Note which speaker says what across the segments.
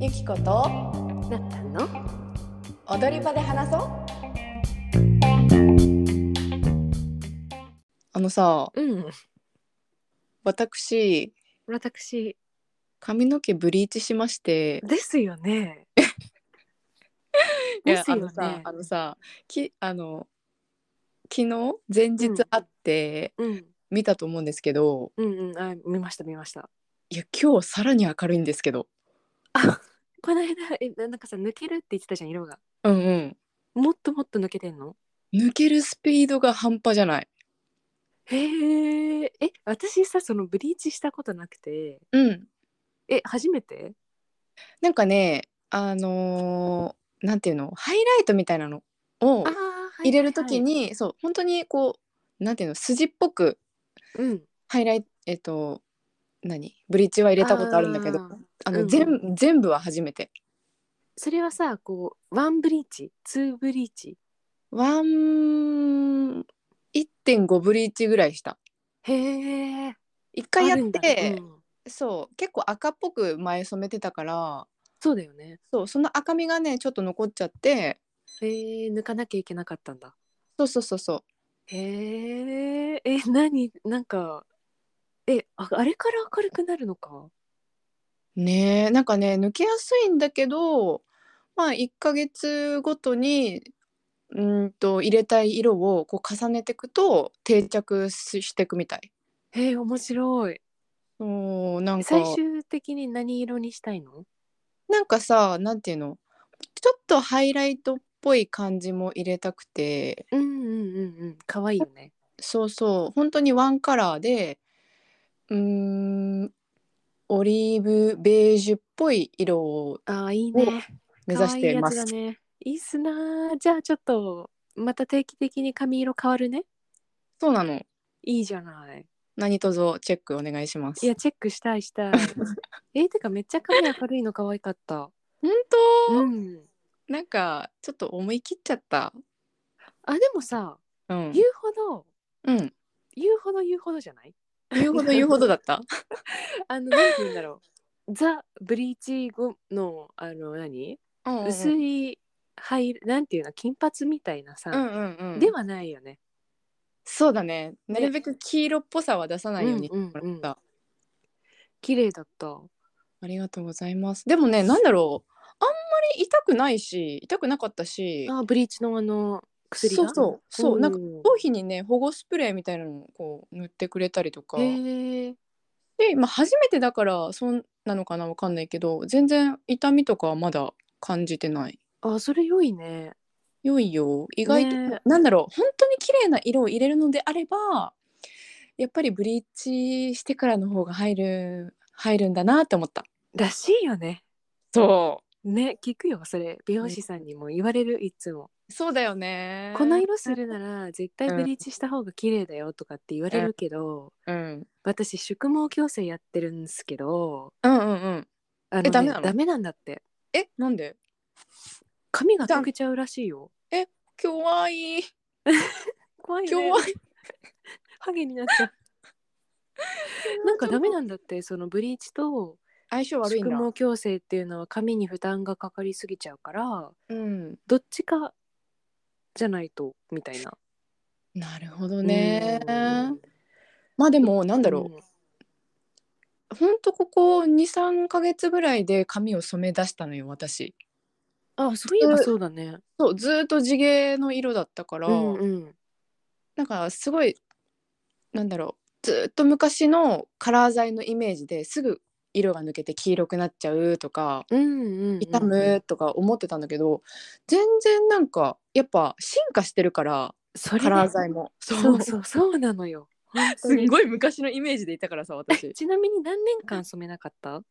Speaker 1: ゆきこと
Speaker 2: なったの
Speaker 1: 踊り場で話そうあのさ
Speaker 2: うん
Speaker 1: 私
Speaker 2: 私
Speaker 1: 髪の毛ブリーチしまして
Speaker 2: ですよ ね
Speaker 1: い
Speaker 2: で
Speaker 1: や
Speaker 2: す
Speaker 1: あ
Speaker 2: よ
Speaker 1: のさ
Speaker 2: ね
Speaker 1: あのさきあの昨日前日会って
Speaker 2: うん
Speaker 1: 見たと思うんですけど、
Speaker 2: うんうんあ見ました見ました
Speaker 1: いや今日さらに明るいんですけど
Speaker 2: この間えなんかさ抜けるって言ってたじゃん色が
Speaker 1: うんうん
Speaker 2: もっともっと抜けてんの
Speaker 1: 抜けるスピードが半端じゃない
Speaker 2: へええ私さそのブリーチしたことなくて
Speaker 1: うん
Speaker 2: え初めて
Speaker 1: なんかねあのーなんていうのハイライトみたいなのを
Speaker 2: あーはい
Speaker 1: 入れるとき
Speaker 2: はい
Speaker 1: に、そう本当にこうなんていうの筋っぽく
Speaker 2: はいうん
Speaker 1: ハイライトえっと何ブリーチは入れたことあるんだけど
Speaker 2: あ
Speaker 1: あ
Speaker 2: ー
Speaker 1: の、
Speaker 2: うん
Speaker 1: 全全部は初めて
Speaker 2: それはさこうワンブリーチツーブリーチ
Speaker 1: ワン1.5ブリーチぐらいした
Speaker 2: へえ
Speaker 1: 一回やっ
Speaker 2: あるんだ
Speaker 1: て、
Speaker 2: ねうん
Speaker 1: そう結構赤っぽく前染めてたから
Speaker 2: そうだよね
Speaker 1: そうその赤みがねちょっと残っちゃって
Speaker 2: へえ抜かなきゃいけなかったんだ
Speaker 1: そうそうそうそう
Speaker 2: へえ、え、何、なんか、え、あ、あれから明るくなるのか。
Speaker 1: ねえなんかね抜けやすいんだけどまあ1ヶ月ごとにうーんと入れたい色をこう重ねていくと定着ししていくみたい。
Speaker 2: へえ、面白い。
Speaker 1: そうなんか
Speaker 2: 最終的に何色にしたいの
Speaker 1: なんかさなんていうのちょっとハイライトっぽい感じも入れたくて
Speaker 2: うんうんうんうん、可愛いよね。
Speaker 1: そうそう本当にワンカラーでうーんオリーブベージュっぽい色を
Speaker 2: あー、いいね。
Speaker 1: 目指してます。
Speaker 2: 可愛いやつだね。いいっすなー。じゃあちょっと、また定期的に髪色変わるね。
Speaker 1: そうなの
Speaker 2: いいじゃない。
Speaker 1: 何卒チェックお願いします。
Speaker 2: いや、チェックしたいし たい。え、てかめっちゃ髪明るいの可愛かった。
Speaker 1: 本当、
Speaker 2: うん。
Speaker 1: なんかちょっと思い切っちゃった。
Speaker 2: あ、でもさ、
Speaker 1: うん
Speaker 2: 言う。ほど、
Speaker 1: うん、
Speaker 2: 言うほど言うほどじゃない
Speaker 1: 言うほど言うほどだった。
Speaker 2: あの何て言うんだろう ザ・ブリーチ後のあの何薄
Speaker 1: い。
Speaker 2: い灰なんていうの金髪みたいなさ、
Speaker 1: うんうんうん。
Speaker 2: ではないよね
Speaker 1: そうだね。なるべく黄色っぽさは出さないように
Speaker 2: うんうんうん
Speaker 1: してもらった
Speaker 2: 綺麗だった
Speaker 1: ありがとうございます。でもね、なんだろう。あんまり痛くないし、痛くなかったし。
Speaker 2: あブリーチのあの薬
Speaker 1: そ
Speaker 2: が
Speaker 1: うそうそう。なんか
Speaker 2: ん
Speaker 1: 頭皮にね保護スプレーみたいなのをこう塗ってくれたりとか。
Speaker 2: へえ
Speaker 1: で、まあ、初めてだからそんなのかなわかんないけど全然痛みとかはまだ感じてない。
Speaker 2: あそれ良いね
Speaker 1: 良いよ意外と、
Speaker 2: ね
Speaker 1: なんだろう本当に綺麗な色を入れるのであればやっぱりブリーチしてからの方が入る入るんだなって思った
Speaker 2: らしいよね
Speaker 1: そ
Speaker 2: ね聞くよそれ美容師さんにも言われるいつも、
Speaker 1: うそうだよね
Speaker 2: この色するなら絶対ブリーチした方が綺麗だよとかって言われるけど、
Speaker 1: うん、
Speaker 2: 私宿毛矯正やってるんですけど
Speaker 1: うんうんうん
Speaker 2: あの
Speaker 1: えダメ
Speaker 2: ね
Speaker 1: なの
Speaker 2: ダメなんだって
Speaker 1: えなんで
Speaker 2: 髪が溶けちゃうらしいよ
Speaker 1: 怖い
Speaker 2: 怖い
Speaker 1: 怖い
Speaker 2: ハゲになっちゃう なんかダメなんだってそのブリーチと
Speaker 1: 相性悪い
Speaker 2: 宿
Speaker 1: ん
Speaker 2: 毛
Speaker 1: だ
Speaker 2: 矯正っていうのは髪に負担がかかりすぎちゃうから
Speaker 1: うん
Speaker 2: どっちかじゃないとみたいな
Speaker 1: なるほどね
Speaker 2: うん
Speaker 1: まあでもなんだろう、
Speaker 2: うん
Speaker 1: ほんとここ23ヶ月ぐらいで髪を染め出したのよ私
Speaker 2: あそういえばそうだね
Speaker 1: そうずーっと地毛の色だったから、
Speaker 2: うんうん
Speaker 1: なんかすごいなんだろうずーっと昔のカラー剤のイメージですぐ色が抜けて黄色くなっちゃうとか
Speaker 2: うんうんうん
Speaker 1: 痛むとか思ってたんだけど、全然なんかやっぱ進化してるから
Speaker 2: それ
Speaker 1: カ
Speaker 2: ね
Speaker 1: ラー剤も
Speaker 2: そうそうそうなのよ本当
Speaker 1: す
Speaker 2: に
Speaker 1: んごい昔のイメージでいたからさ 私
Speaker 2: ちなみに何年間染めなかった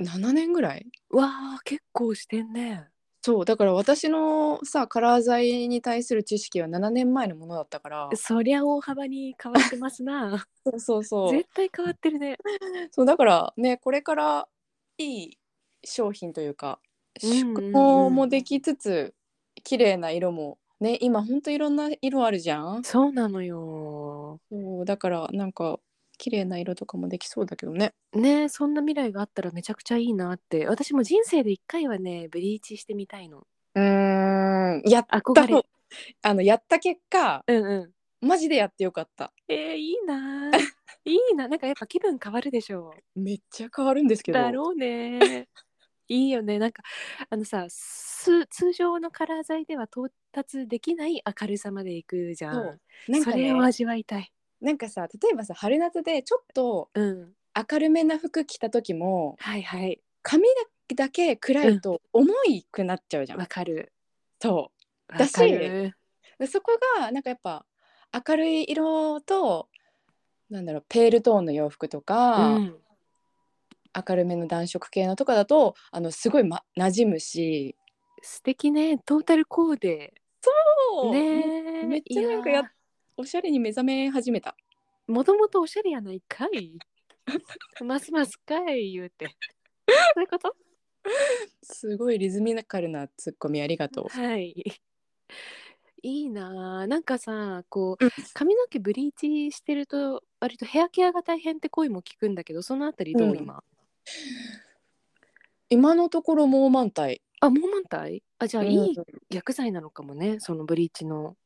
Speaker 1: 7年ぐらい
Speaker 2: わあ結構してんね
Speaker 1: そうだから私のさカラー剤に対する知識は7年前のものだったから
Speaker 2: そりゃ大幅に変わってますな
Speaker 1: そうそうそう
Speaker 2: 絶対変わってるね
Speaker 1: そうだからねこれからいい商品というか
Speaker 2: うんうんうん
Speaker 1: 縮毛もできつつ綺麗な色もね今ほんといろんな色あるじゃん
Speaker 2: そうなのよ
Speaker 1: そうだからなんか綺麗な色とかもできそうだけどね
Speaker 2: ねえそんな未来があったらめちゃくちゃいいなって私も人生で一回はねブリーチしてみたいの
Speaker 1: うーんやっ
Speaker 2: 憧
Speaker 1: た
Speaker 2: れ
Speaker 1: のあのやった結果
Speaker 2: うんうん
Speaker 1: マジでやってよかった
Speaker 2: えー、いいな ーいいななんかやっぱ気分変わるでしょ
Speaker 1: めっちゃ変わるんです
Speaker 2: う
Speaker 1: けど
Speaker 2: だろう ねいいよねなんかあのさす通常のカラー剤では到達できない明るさまでいくじゃん
Speaker 1: そ
Speaker 2: そう
Speaker 1: なんか
Speaker 2: れ
Speaker 1: ね
Speaker 2: を味わいたい
Speaker 1: なんかさ例えばさ春夏でちょっと
Speaker 2: うん
Speaker 1: 明るめな服着た時も
Speaker 2: はいはい
Speaker 1: 髪だけ暗いと重いくなっちゃうじゃん、
Speaker 2: わかる
Speaker 1: そ
Speaker 2: わ
Speaker 1: だし
Speaker 2: かる
Speaker 1: うでそこがなんかやっぱ明るい色となんだろうペールトーンの洋服と
Speaker 2: う
Speaker 1: か、
Speaker 2: ん
Speaker 1: 明るめの暖色系のとかだとあのすごい、ま、馴染むし
Speaker 2: 素敵ねトータルコーデね
Speaker 1: めめっちゃなんかやっおしゃれに目覚め始めた
Speaker 2: もともとおしゃれやないかいますますかい言うてそういうこと
Speaker 1: すごいリズミカルなツッコミありがとう
Speaker 2: はいいいなあなんかさこう
Speaker 1: うん
Speaker 2: 髪の毛ブリーチしてると割とヘアケアが大変って声も聞くんだけどそのあたりどう、
Speaker 1: うん
Speaker 2: 今
Speaker 1: 今のところもう満体
Speaker 2: あもう満タイあじゃあ、
Speaker 1: うん
Speaker 2: いい薬剤なのかもねそのブリーチの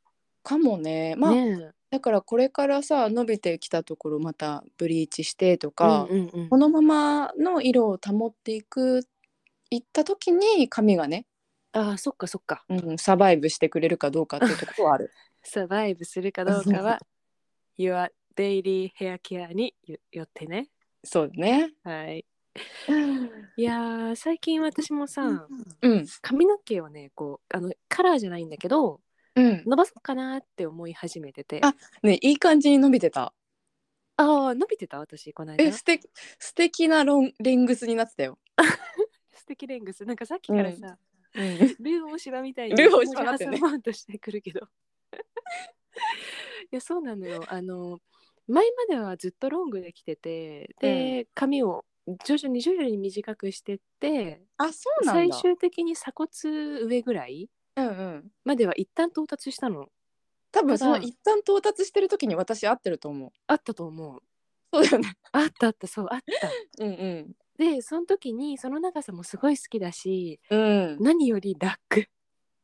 Speaker 1: かもねまあ、
Speaker 2: ねえ
Speaker 1: だからこれからさ伸びてきたところまたブリーチしてとか、
Speaker 2: うんうんうん
Speaker 1: このままの色を保っていくいった時に髪がね、
Speaker 2: あそっかそっか
Speaker 1: うん、サバイブしてくれるかどうかっていうところはあ る
Speaker 2: サバイブする かどうかは Your Daily Hair Care によよってね
Speaker 1: そうね
Speaker 2: はい
Speaker 1: うん
Speaker 2: いやー最近私もさ、
Speaker 1: うん
Speaker 2: 髪の毛をねこうあのカラーじゃないんだけど伸ばそうかなって思い始めててあ
Speaker 1: あねいい感じに伸びてた
Speaker 2: あー伸びてた私この間
Speaker 1: え素敵素敵なロンレングスになってたよ、
Speaker 2: 素敵レングスなんかさっきからさ、ルー大柴みたい に
Speaker 1: ルー大柴になって
Speaker 2: 挟
Speaker 1: るね
Speaker 2: まうとしてくるけど いやそうなのよあの前まではずっとロングできててで、髪を徐々に徐々に短くしてって
Speaker 1: あそうなん
Speaker 2: 最
Speaker 1: だ
Speaker 2: 終的に鎖骨上ぐらい
Speaker 1: うんうん
Speaker 2: までは一旦到達したの
Speaker 1: 多分
Speaker 2: た
Speaker 1: その
Speaker 2: だ
Speaker 1: 一旦到達してる時に私合ってると思う
Speaker 2: あったと思う
Speaker 1: そうだよね
Speaker 2: あったあったそうあった
Speaker 1: うんうん
Speaker 2: でその時にその長さもすごい好きだし
Speaker 1: うん
Speaker 2: 何より楽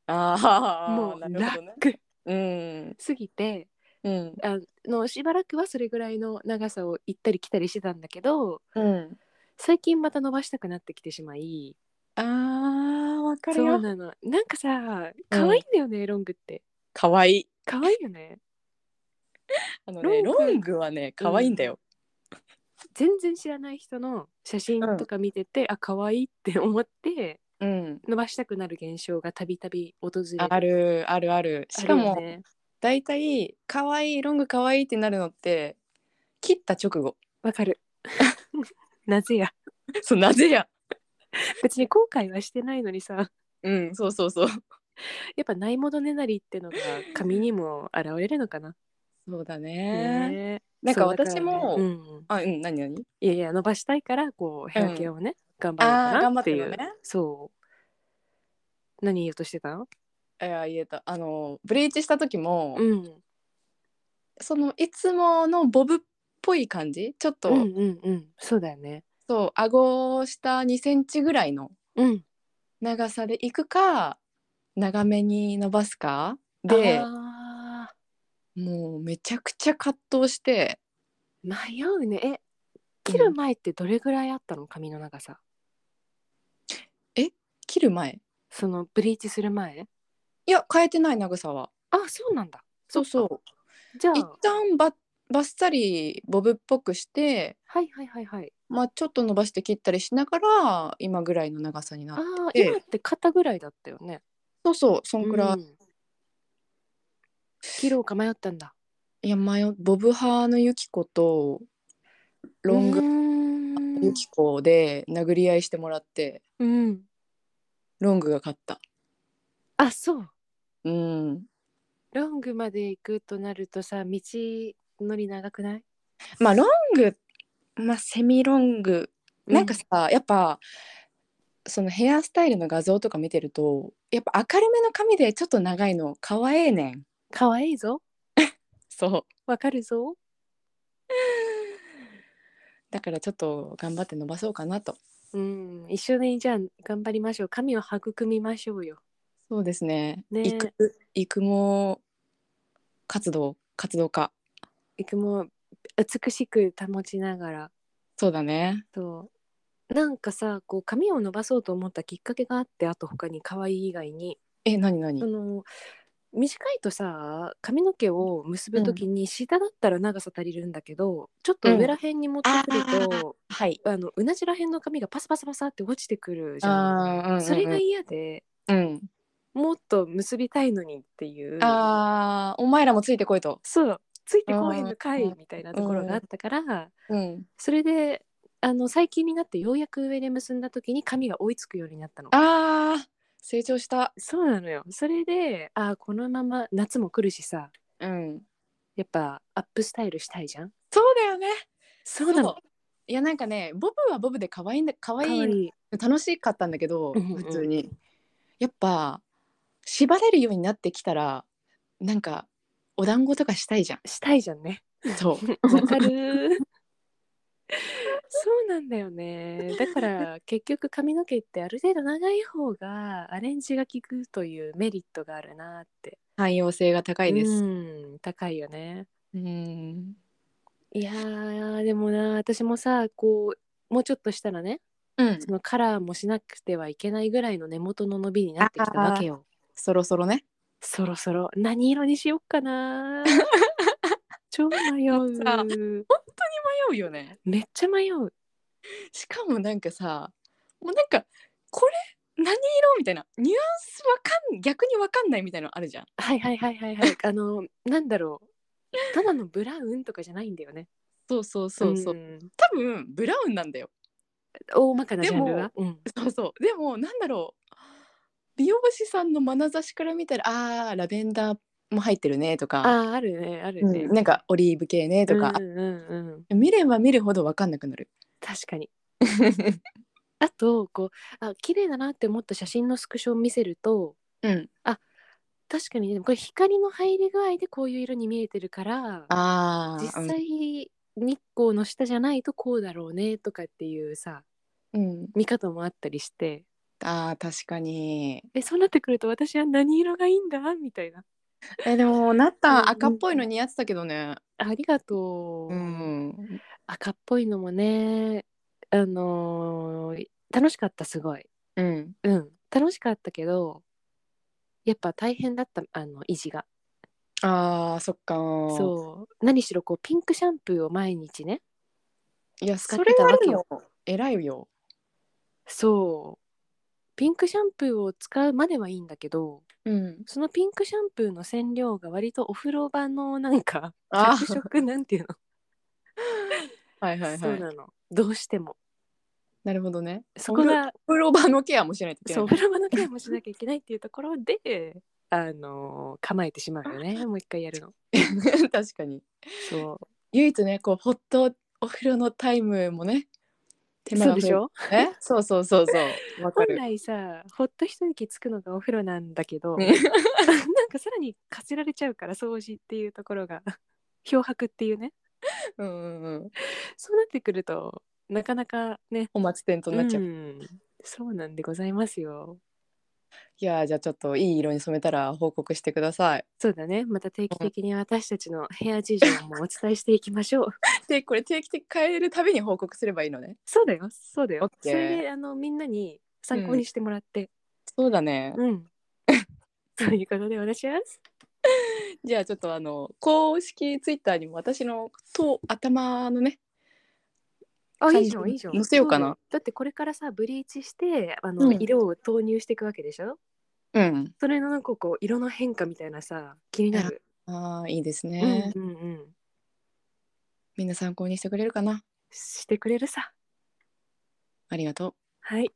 Speaker 1: ああ
Speaker 2: もう
Speaker 1: な
Speaker 2: 楽、
Speaker 1: るほどねうん
Speaker 2: すぎて
Speaker 1: うん
Speaker 2: あのしばらくはそれぐらいの長さを行ったり来たりしてたんだけど
Speaker 1: うん
Speaker 2: 最近また伸ばしたくなってきてしまい
Speaker 1: あーわかる
Speaker 2: そう
Speaker 1: よ
Speaker 2: なのなんかさ可愛いんだよね、ロングって
Speaker 1: かわいい
Speaker 2: 可愛いよね
Speaker 1: あのね
Speaker 2: ロン
Speaker 1: ロ
Speaker 2: グ
Speaker 1: ングはねかわいいんだよ、
Speaker 2: 全然知らない人の写真とか見てて、あ可愛いって思って
Speaker 1: うん、
Speaker 2: 伸ばしたくなる現象がたびたび訪れる
Speaker 1: あるあるあるしか
Speaker 2: あ
Speaker 1: も
Speaker 2: るよね
Speaker 1: だいたいかわいいロングかわいいってなるのって切った直後
Speaker 2: わかる なぜや
Speaker 1: そうなぜや
Speaker 2: 別に後悔はしてないのにさ
Speaker 1: うんそうそうそう
Speaker 2: やっぱないものねなりってのが髪にも現れるのかな。
Speaker 1: そうだね
Speaker 2: ねえ
Speaker 1: なんか
Speaker 2: そうだら
Speaker 1: 私も
Speaker 2: ねうん
Speaker 1: あうん何何
Speaker 2: いやいや伸ばしたいからこうヘアケアをね、頑張
Speaker 1: ああ
Speaker 2: ろうか
Speaker 1: 頑張
Speaker 2: な
Speaker 1: っ
Speaker 2: っ
Speaker 1: てて
Speaker 2: い
Speaker 1: る
Speaker 2: う。
Speaker 1: ね
Speaker 2: そう。何言おうとしてたの？
Speaker 1: いや言えたあのブリーチした時も、
Speaker 2: うん。
Speaker 1: そのいつものボブっぽい感じちょっと、
Speaker 2: うんうんうん。そうだよね。
Speaker 1: そう顎下2センチぐらいの
Speaker 2: うん。
Speaker 1: 長さでいくか長めに伸ばすか
Speaker 2: で
Speaker 1: で、もうめちゃくちゃ葛藤して
Speaker 2: 迷うね。え、切る前ってどれぐらいあったの髪の長さ？
Speaker 1: 切る前
Speaker 2: そのブリーチする前？
Speaker 1: いや変えてない長さは
Speaker 2: あ、そうなんだ。。
Speaker 1: そうそう
Speaker 2: じゃあ
Speaker 1: 一旦ばばっさりボブっぽくして、
Speaker 2: はいはいはいはい。
Speaker 1: まあ、ちょっと伸ばして切ったりしながら今ぐらいの長さにな
Speaker 2: あ
Speaker 1: っ
Speaker 2: あー
Speaker 1: で
Speaker 2: 今って肩ぐらいだったよね。
Speaker 1: そうそうそんくらい、
Speaker 2: うん切ろうか迷ったんだ
Speaker 1: いや迷うボブ派のユキコとロング
Speaker 2: うーん
Speaker 1: ユキコで殴り合いしてもらって
Speaker 2: うん
Speaker 1: ロングが勝った
Speaker 2: あそう
Speaker 1: うん
Speaker 2: ロングまで行くとなるとさ道のり長くない
Speaker 1: まあロングまあセミロングなんかさ、やっぱそのヘアスタイルの画像とか見てるとやっぱ明るめの髪でちょっと長いのかわええねん
Speaker 2: 可愛いぞ
Speaker 1: そう
Speaker 2: わかるぞ
Speaker 1: だからちょっと頑張って伸ばそうかなと。
Speaker 2: うん、一緒にじゃあ頑張りましょう神を育みましょうよ
Speaker 1: そうですね。
Speaker 2: ね
Speaker 1: 育育毛活動活動家。
Speaker 2: 育毛美しく保ちながら
Speaker 1: そうだね。
Speaker 2: そうなんかさこう髪を伸ばそうと思ったきっかけがあってあと他に可愛い以外に
Speaker 1: え、なにな
Speaker 2: そ
Speaker 1: に。
Speaker 2: の短いとさ髪の毛を結ぶ時に下だったら長さ足りるんだけど、ちょっと上らへんに持ってくると、
Speaker 1: はい。
Speaker 2: あのうなじらへんの髪がパサパサパサって落ちてくるじゃん。
Speaker 1: ああ、うんうんうん、
Speaker 2: それが嫌で
Speaker 1: うん。
Speaker 2: もっと結びたいのにっていう
Speaker 1: ああ、お前らもついてこいと。
Speaker 2: そうついてこうへんのか
Speaker 1: う
Speaker 2: い
Speaker 1: ん
Speaker 2: みたいなところがあったから、
Speaker 1: うん。
Speaker 2: それであの最近になってようやく上で結んだ時に髪が追いつくようになったの。
Speaker 1: ああ、成長した。
Speaker 2: そうなのよそれであーこのまま夏も来るしさ
Speaker 1: うん。
Speaker 2: やっぱアップスタイルしたいじゃん
Speaker 1: そうだよね。
Speaker 2: そうなの
Speaker 1: いやなんかね、ボブはボブで可愛いんだ可
Speaker 2: かわ
Speaker 1: 愛い
Speaker 2: いい
Speaker 1: 楽しかったんだけど、
Speaker 2: うんうんうん
Speaker 1: 普通に。やっぱ縛れるようになってきたらなんかお団子とかしたいじゃ
Speaker 2: したいじゃんね
Speaker 1: ん。そう。
Speaker 2: わか るそうなんだよねだから結局髪の毛ってある程度長い方がアレンジが効くというメリットがあるなって
Speaker 1: 汎用性が高いで
Speaker 2: う
Speaker 1: す。
Speaker 2: ん高いよね
Speaker 1: うん。
Speaker 2: いやーでもな私もさこうもうちょっとしたらね
Speaker 1: うん。
Speaker 2: そのカラーもしなくてはいけないぐらいの根元の伸びになってきたわけよ
Speaker 1: そろそろね。
Speaker 2: そろそろ何色にしよっか な超迷
Speaker 1: さ
Speaker 2: う
Speaker 1: 迷うよね。
Speaker 2: めっちゃ迷う
Speaker 1: しかもなんかさもうなんかこれ何色みたいなニュアンスわかん逆にわかんないみたいなのあるじゃん。
Speaker 2: はいはいはいはいはいあのなんだろうただのブラウンとかじゃないんだよね
Speaker 1: そうそうそうそう。
Speaker 2: ん
Speaker 1: 多分ブラウンなんだよ。
Speaker 2: 大まかなジャンルはうん
Speaker 1: そうそう。でもなんだろう美容師さんの眼差しから見たらあーラベンダーも入ってるねと
Speaker 2: あ
Speaker 1: か、
Speaker 2: ああるねある
Speaker 1: う
Speaker 2: ね、
Speaker 1: んなんかオリーブ系ねとか
Speaker 2: う、んうんうん、
Speaker 1: 見れば見るほどわかんなくな る。
Speaker 2: 確かにあとこうあ綺麗だなって思った写真のスクショを見せると
Speaker 1: うん、
Speaker 2: 確かにでもこれ光の入り具合でこういう色に見えてるから
Speaker 1: ああ
Speaker 2: 実際日光の下じゃないとこうだろうねとかっていうさ
Speaker 1: うん、
Speaker 2: 見方もあったりして
Speaker 1: あー確かに
Speaker 2: えそうなってくると私は何色がいいんだみたいな
Speaker 1: えでもなった
Speaker 2: うんうん
Speaker 1: 赤っぽいの似合ってたけどね
Speaker 2: ありがとう、
Speaker 1: うん
Speaker 2: 赤っぽいのもねあのー楽しかったすごい
Speaker 1: うん
Speaker 2: うん楽しかったけどやっぱ大変だったあの維持が
Speaker 1: あーそっか
Speaker 2: そう何しろこうピンクシャンプーを毎日ね
Speaker 1: いや
Speaker 2: 使
Speaker 1: そ
Speaker 2: って
Speaker 1: れ
Speaker 2: たわ
Speaker 1: は
Speaker 2: けよ
Speaker 1: よ偉いよ
Speaker 2: そうピンクシャンプーを使うまではいいんだけど
Speaker 1: うん
Speaker 2: そのピンクシャンプーの染料が割とお風呂場のなんか
Speaker 1: あ
Speaker 2: 着色なんていうの、
Speaker 1: はいはい
Speaker 2: そ
Speaker 1: は
Speaker 2: う
Speaker 1: いな
Speaker 2: なのどうしても
Speaker 1: るほどね
Speaker 2: そ
Speaker 1: お
Speaker 2: こが
Speaker 1: 風呂お風呂場のケアもしないといけな
Speaker 2: そう
Speaker 1: い
Speaker 2: お風呂場のケアもしなきゃいけないっていうところで あのー構えてしまうよねもう一回やるの
Speaker 1: 確かに
Speaker 2: そ
Speaker 1: 唯一ねこうほっとお風呂のタイムもね手
Speaker 2: うそう
Speaker 1: 増え
Speaker 2: でしょ
Speaker 1: えそうそうそう そうわか
Speaker 2: 本
Speaker 1: る
Speaker 2: 来さほっと一息つくのがお風呂 なんだけど、
Speaker 1: うん
Speaker 2: なんかさらにかせられちゃうから掃除っていうところが漂白っていうね
Speaker 1: うんうんうん
Speaker 2: そうなってくるとなかなかね
Speaker 1: お待ち点となっちゃう、
Speaker 2: うんそうなんでございますよ
Speaker 1: いやーじゃあちょっといい色に染めたら報告してください
Speaker 2: そうだねまた定期的に私たちのヘア事情もお伝えしていきましょう
Speaker 1: でこれ定期的に変えるたびに報告すればいいのね
Speaker 2: そうだよそうだよ
Speaker 1: OK
Speaker 2: それであのみんなに参考にしてもらって
Speaker 1: そうだね
Speaker 2: うん、 ということで私は
Speaker 1: じゃあちょっとあの公式ツイッターにも私のと頭のね
Speaker 2: あ
Speaker 1: 感
Speaker 2: い
Speaker 1: じ
Speaker 2: いじゃんいいじゃん
Speaker 1: 載せようかな
Speaker 2: そだよだってこれからさブリーチしてあの、
Speaker 1: うん
Speaker 2: 色を投入していくわけでしょ
Speaker 1: うん
Speaker 2: それのなんかこう色の変化みたいなさ気になる、
Speaker 1: あーいいですね、
Speaker 2: うんうんうん
Speaker 1: みんな参考にしてくれるかな
Speaker 2: してくれるさ
Speaker 1: ありがとう
Speaker 2: はい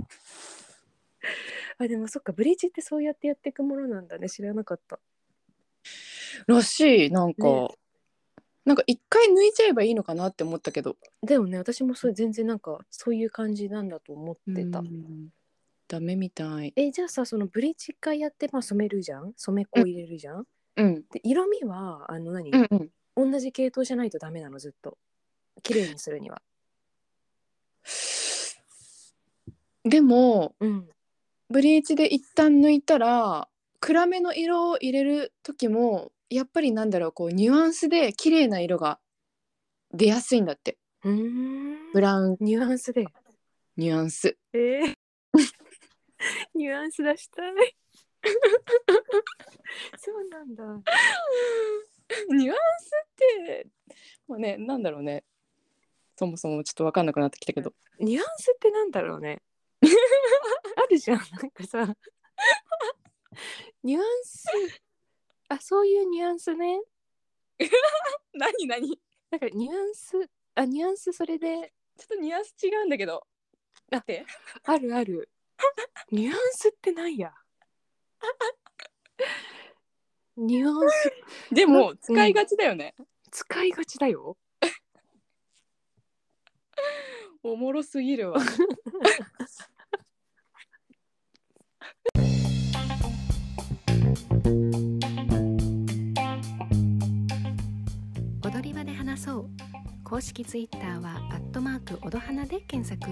Speaker 2: あでもそっかブリーチってそうやってやっていくものなんだね知らなかった
Speaker 1: らしいなんか、
Speaker 2: ね
Speaker 1: なんか一回抜いちゃえばいいのかなって思ったけど
Speaker 2: でもね私もそれ全然なんかそういう感じなんだと思ってた、
Speaker 1: うんダメみたい
Speaker 2: えじゃあさそのブリーチ一回やって、まあ、染めるじゃん染め粉を入れるじゃん、
Speaker 1: うん
Speaker 2: で色味はあの何、
Speaker 1: うんうん
Speaker 2: 同じ系統じゃないとダメなのずっと綺麗にするには。
Speaker 1: でも
Speaker 2: うん。
Speaker 1: ブリーチで一旦抜いたら暗めの色を入れる時もやっぱりなんだろうこうニュアンスで綺麗な色が出やすいんだって
Speaker 2: うーん
Speaker 1: ブラウン
Speaker 2: ニュアンスで。
Speaker 1: ニュアンス
Speaker 2: えー ニュアンス出したい。 そうなんだ。
Speaker 1: ニュアンスってもうねなんだろうねそもそもちょっと分かんなくなってきたけど
Speaker 2: ニュアンスってなんだろうね。あるじゃん、なんかさ。ニュアンス。あ、そういうニュアンスね。
Speaker 1: 何何ちょ
Speaker 2: なんかニュアンス。あ、ニュアンスそれで。
Speaker 1: っとニュアンス違うんだけどだって
Speaker 2: あるある。ニュアンスってなんや。ニュアンス
Speaker 1: で
Speaker 2: も
Speaker 1: も
Speaker 2: 使
Speaker 1: 使
Speaker 2: い
Speaker 1: い
Speaker 2: が
Speaker 1: がちだよね、
Speaker 2: 使いがちだよ。
Speaker 1: おもろすぎ るわ
Speaker 3: 踊り場で話そう公式ツイッターはアットマークおどはなで検索